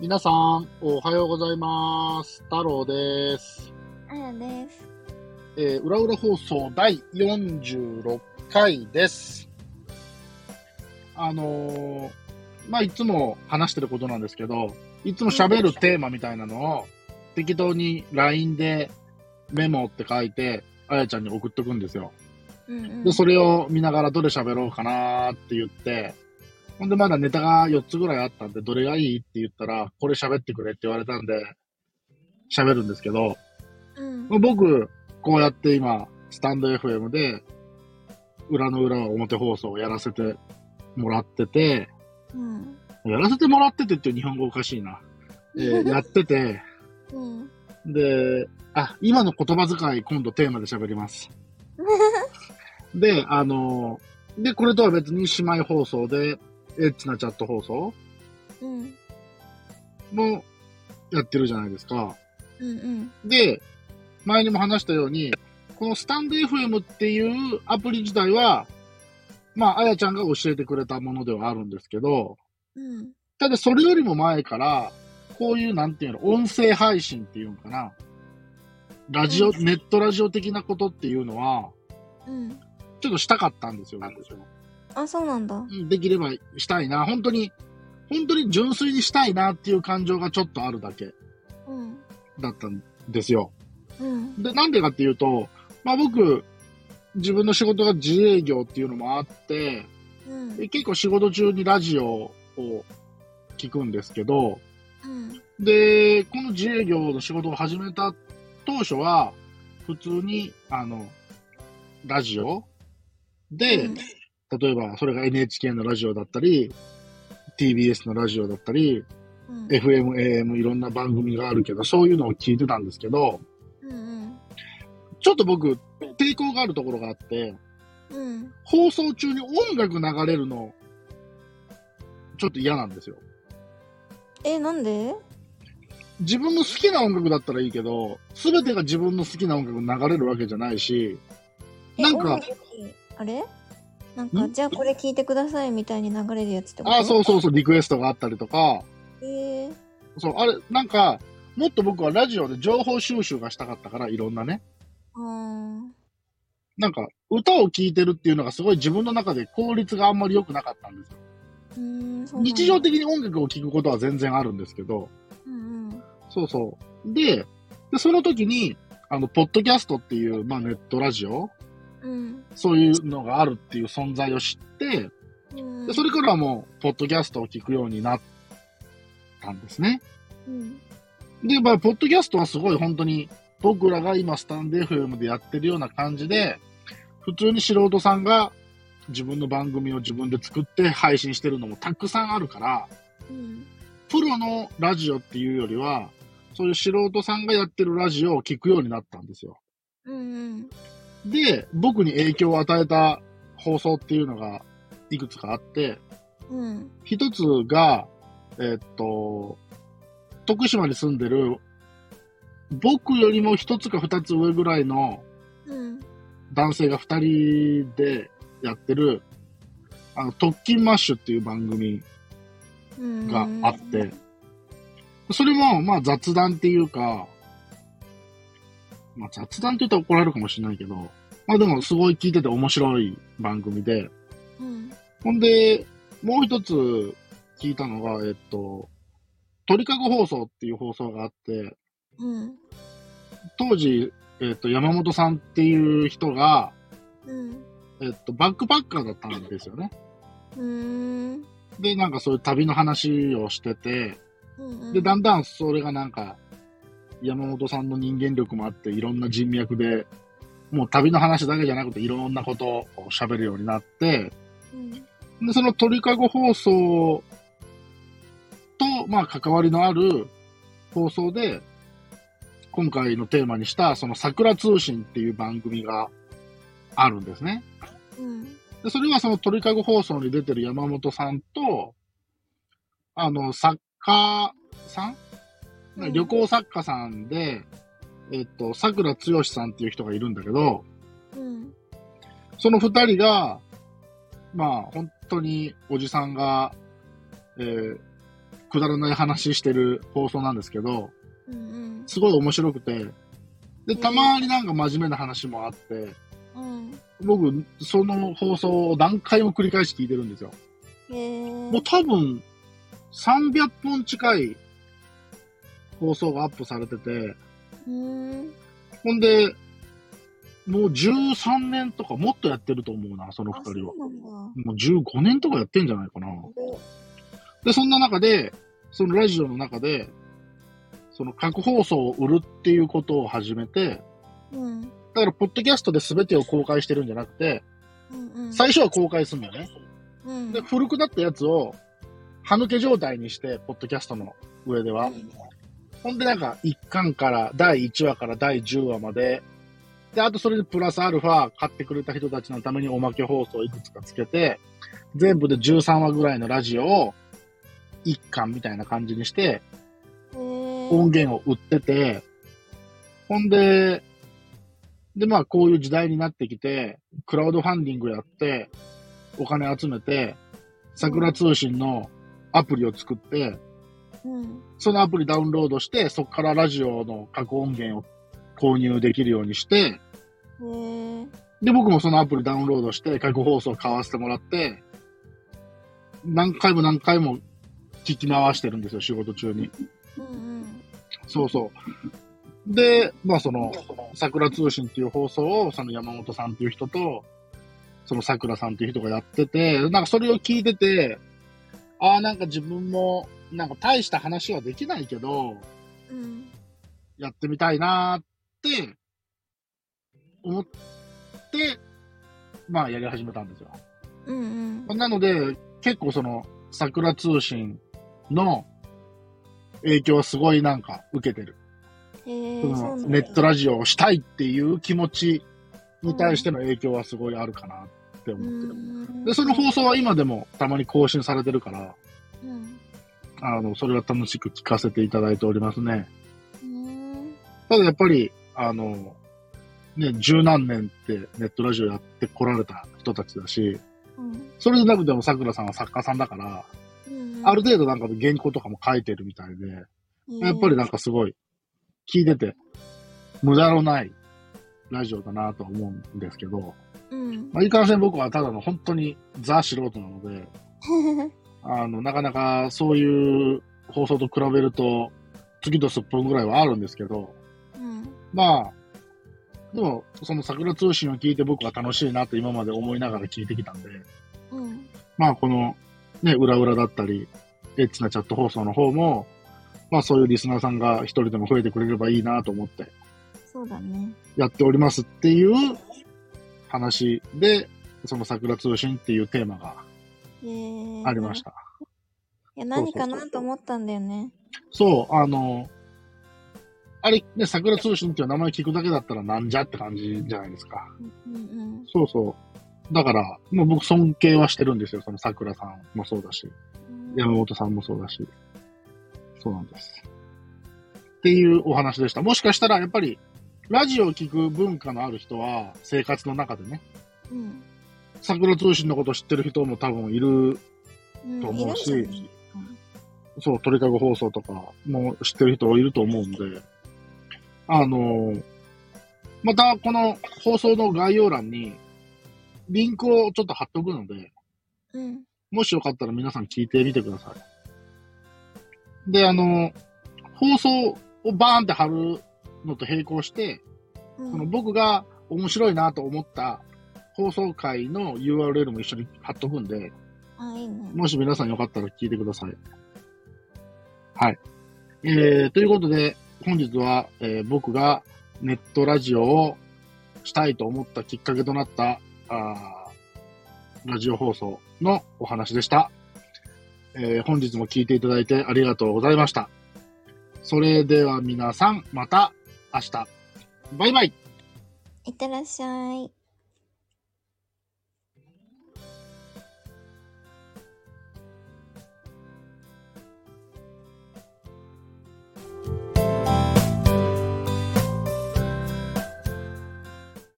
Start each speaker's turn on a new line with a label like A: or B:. A: 皆さん、おはようございます。太郎です。
B: あやです。
A: えー、裏裏放送第46回です。あのーまあ、いつも話してることなんですけど、いつも喋るテーマみたいなのを適当に LINE でメモって書いて、あやちゃんに送っとくんですよ。
B: うんうん。
A: で、それを見ながらどれ喋ろうかなーって言って、ほんでまだネタが4つぐらいあったんで、どれがいいって言ったら、これ喋ってくれって言われたんで、喋るんですけど、
B: うん。
A: 僕、こうやって今、スタンド FM で、裏の裏は表放送をやらせてもらってて、
B: うん。
A: やらせてもらっててっていう日本語おかしいな。えーやってて、
B: うん。
A: で、あ、今の言葉遣い今度テーマで喋ります。で、あの、で、これとは別に姉妹放送で、エッチなチャット放送
B: うん。
A: もやってるじゃないですか。
B: うんうん。
A: で、前にも話したように、このスタンド FM っていうアプリ自体は、まあ、あやちゃんが教えてくれたものではあるんですけど、
B: うん。
A: ただそれよりも前から、こういう、なんていうの、音声配信っていうのかな。ラジオ、
B: うん
A: ネットラジオ的なことっていうのは、
B: うん。
A: ちょっとしたかったんですよ。
B: あ、そうなんだ。
A: うんできればしたいな。本当に、本当に純粋にしたいなっていう感情がちょっとあるだけ
B: うん。
A: だったんですよ。
B: うん。
A: で、なんでかっていうと、まあ僕、自分の仕事が自営業っていうのもあって、
B: うん。
A: で結構仕事中にラジオを聞くんですけど、
B: うん。
A: で、この自営業の仕事を始めた当初は、普通に、あの、ラジオで、
B: うん
A: 例えばそれが NHK のラジオだったり、TBS のラジオだったり、
B: うん。
A: FM、AM いろんな番組があるけど、そういうのを聞いてたんですけど、
B: うん
A: ちょっと僕、抵抗があるところがあって、
B: うん。うん。
A: 放送中に音楽流れるの、ちょっと嫌なんですよ。
B: え、なんで
A: 自分の好きな音楽だったらいいけど、すべてが自分の好きな音楽流れるわけじゃないし、
B: え
A: なんか
B: 音楽あれなんか、
A: ん
B: じゃあこれ聞いてくださいみたいに流れるやつってこと。
A: ああ、そううそうそう、リクエストがあったりとか、
B: えー、
A: そう、あれ、なんか、もっと僕はラジオで情報収集がしたかったから、いろんなね。
B: あー
A: なんか、歌を聴いてるっていうのがすごい自分の中で効率があんまり良くなかったんですよ。
B: うーん、そうなんだ
A: 日常。的に音楽を聴くことは全然あるんですけど、
B: うんうん。
A: そうそう。で、でその時に、あの、ポッドキャストっていう、まあ、ネットラジオ、
B: うん。
A: そういうのがあるっていう存在を知って、
B: うん
A: でそれからはもう、ポッドキャストを聞くようになったんですね。
B: うん。
A: で、まあ、ポッドキャストはすごい本当に、僕らが今、スタンデー FM でやってるような感じで、普通に素人さんが自分の番組を自分で作って配信してるのもたくさんあるから、
B: うん。
A: プロのラジオっていうよりは、そういう素人さんがやってるラジオを聞くようになったんですよ。
B: うんうん。
A: で、僕に影響を与えた放送っていうのがいくつかあって、
B: うん。
A: 一つが、えっと、徳島に住んでる、僕よりも一つか二つ上ぐらいの
B: うん。
A: 男性が二人でやってる、あの、特勤マッシュっていう番組
B: うん。
A: があって、それも、まあ雑談っていうか、まあ雑談って言ったら怒られるかもしれないけど、まあでもすごい聞いてて面白い番組で、
B: うん。
A: ほんで、もう一つ聞いたのが、えっと、鳥かご放送っていう放送があって、
B: うん。
A: 当時、えっと、山本さんっていう人が、
B: うん。
A: えっと、バックパッカーだったんですよね。
B: うーん。
A: で、なんかそういう旅の話をしてて、
B: うんうん
A: で、だんだんそれがなんか、山本さんの人間力もあって、いろんな人脈で、もう旅の話だけじゃなくて、いろんなことを喋るようになって、
B: うん。
A: で、その鳥かご放送と、まあ、関わりのある放送で、今回のテーマにした、その桜通信っていう番組があるんですね。
B: うん。
A: で、それはその鳥かご放送に出てる山本さんと、あの、作家さん、
B: うん
A: 旅行作家さんで、えっと、桜剛さんっていう人がいるんだけど、
B: うん。
A: その二人が、まあ、本当におじさんが、えーくだらない話してる放送なんですけど、
B: うん
A: すごい面白くて、で、たまになんか真面目な話もあって、
B: うん
A: 僕、その放送を何回も繰り返し聞いてるんですよ。
B: へえ
A: もう多分、300本近い放送がアップされてて、
B: うん
A: ほんで、もう13年とかもっとやってると思うな、その
B: あ
A: 二
B: そう
A: 人は。
B: なんだ
A: もう15年とかやってんじゃないかな。で、そんな中で、そのラジオの中で、その各放送を売るっていうことを始めて、
B: うん
A: だから、ポッドキャストで全てを公開してるんじゃなくて、
B: うんうん
A: 最初は公開するんだよね。
B: うん
A: で、古くなったやつを、歯抜け状態にして、ポッドキャストの上では。ほんで、なんか、1巻から、第1話から第10話まで、で、あとそれでプラスアルファ買ってくれた人たちのためにおまけ放送をいくつかつけて、全部で13話ぐらいのラジオを、1巻みたいな感じにして、
B: へえ
A: 音源を売ってて、ほんで、で、まあ、こういう時代になってきて、クラウドファンディングやって、お金集めて、桜通信のアプリを作って、
B: うん
A: そのアプリダウンロードして、そこからラジオの過去音源を購入できるようにして、
B: へえ
A: で、僕もそのアプリダウンロードして、過去放送を買わせてもらって、何回も何回も聞き回してるんですよ、仕事中に。
B: うん
A: そうそう。で、まあその、桜通信っていう放送を、その山本さんっていう人と、その桜さんっていう人がやってて、なんかそれを聞いてて、ああ、なんか自分も、なんか大した話はできないけど、
B: うんうん
A: やってみたいなーって、思って、まあやり始めたんですよ。
B: うんうん
A: なので、結構その、桜通信の影響をすごいなんか受けてる。
B: へ
A: そ
B: え
A: の
B: そうなんだ
A: ネットラジオをしたいっていう気持ちに対しての影響はすごいあるかなって
B: う
A: 思ってる。
B: ん
A: で、その放送は今でもたまに更新されてるから、
B: うん
A: あの、それは楽しく聞かせていただいておりますね。
B: うん
A: ただやっぱり、あの、ね、十何年ってネットラジオやってこられた人たちだし、
B: うん
A: それでなくても桜さんは作家さんだから、
B: うん
A: ある程度なんか原稿とかも書いてるみたいで、やっぱりなんかすごい、聞いてて、無駄のないラジオだなとは思うんですけど、
B: うん
A: まあ、いかんせん僕はただの本当にザ素人なので、あの、なかなかそういう放送と比べると、月とすっぽんぐらいはあるんですけど、
B: うん
A: まあ、でも、その桜通信を聞いて僕は楽しいなと今まで思いながら聞いてきたんで、
B: うん
A: まあこの、ね、裏裏だったり、エッチなチャット放送の方も、まあそういうリスナーさんが一人でも増えてくれればいいなと思って
B: そうだね
A: やっておりますっていう話で、その桜通信っていうテーマが
B: へえ
A: ありました。
B: いや何かなと思ったんだよね
A: そう、あの、あれ、ね、桜通信っていう名前聞くだけだったらなんじゃって感じじゃないですか。
B: うんうん
A: そうそう。だから、もう僕尊敬はしてるんですよ。その桜さんもそうだし。
B: うん
A: 山本さんもそうだし。そうなんです。っていうお話でした。もしかしたら、やっぱり、ラジオを聞く文化のある人は、生活の中でね、
B: うん
A: 桜通信のこと知ってる人も多分いる、
B: うん
A: と思うし
B: いるんじゃない
A: そう、鳥かご放送とかも知ってる人いると思うんで、あのーまたこの放送の概要欄に、リンクをちょっと貼っとくので、
B: うん
A: もしよかったら皆さん聞いてみてください。で、あの、放送をバーンって貼るのと並行して、
B: うん
A: その僕が面白いなと思った放送回の URL も一緒に貼っとくんで、
B: あいいね
A: もし皆さんよかったら聞いてください。はい。えー、ということで、本日は、えー僕がネットラジオをしたいと思ったきっかけとなった、あーラジオ放送のお話でした。えー本日も聞いていただいてありがとうございました。それでは皆さん、また明日。バイバイ
B: いってらっしゃい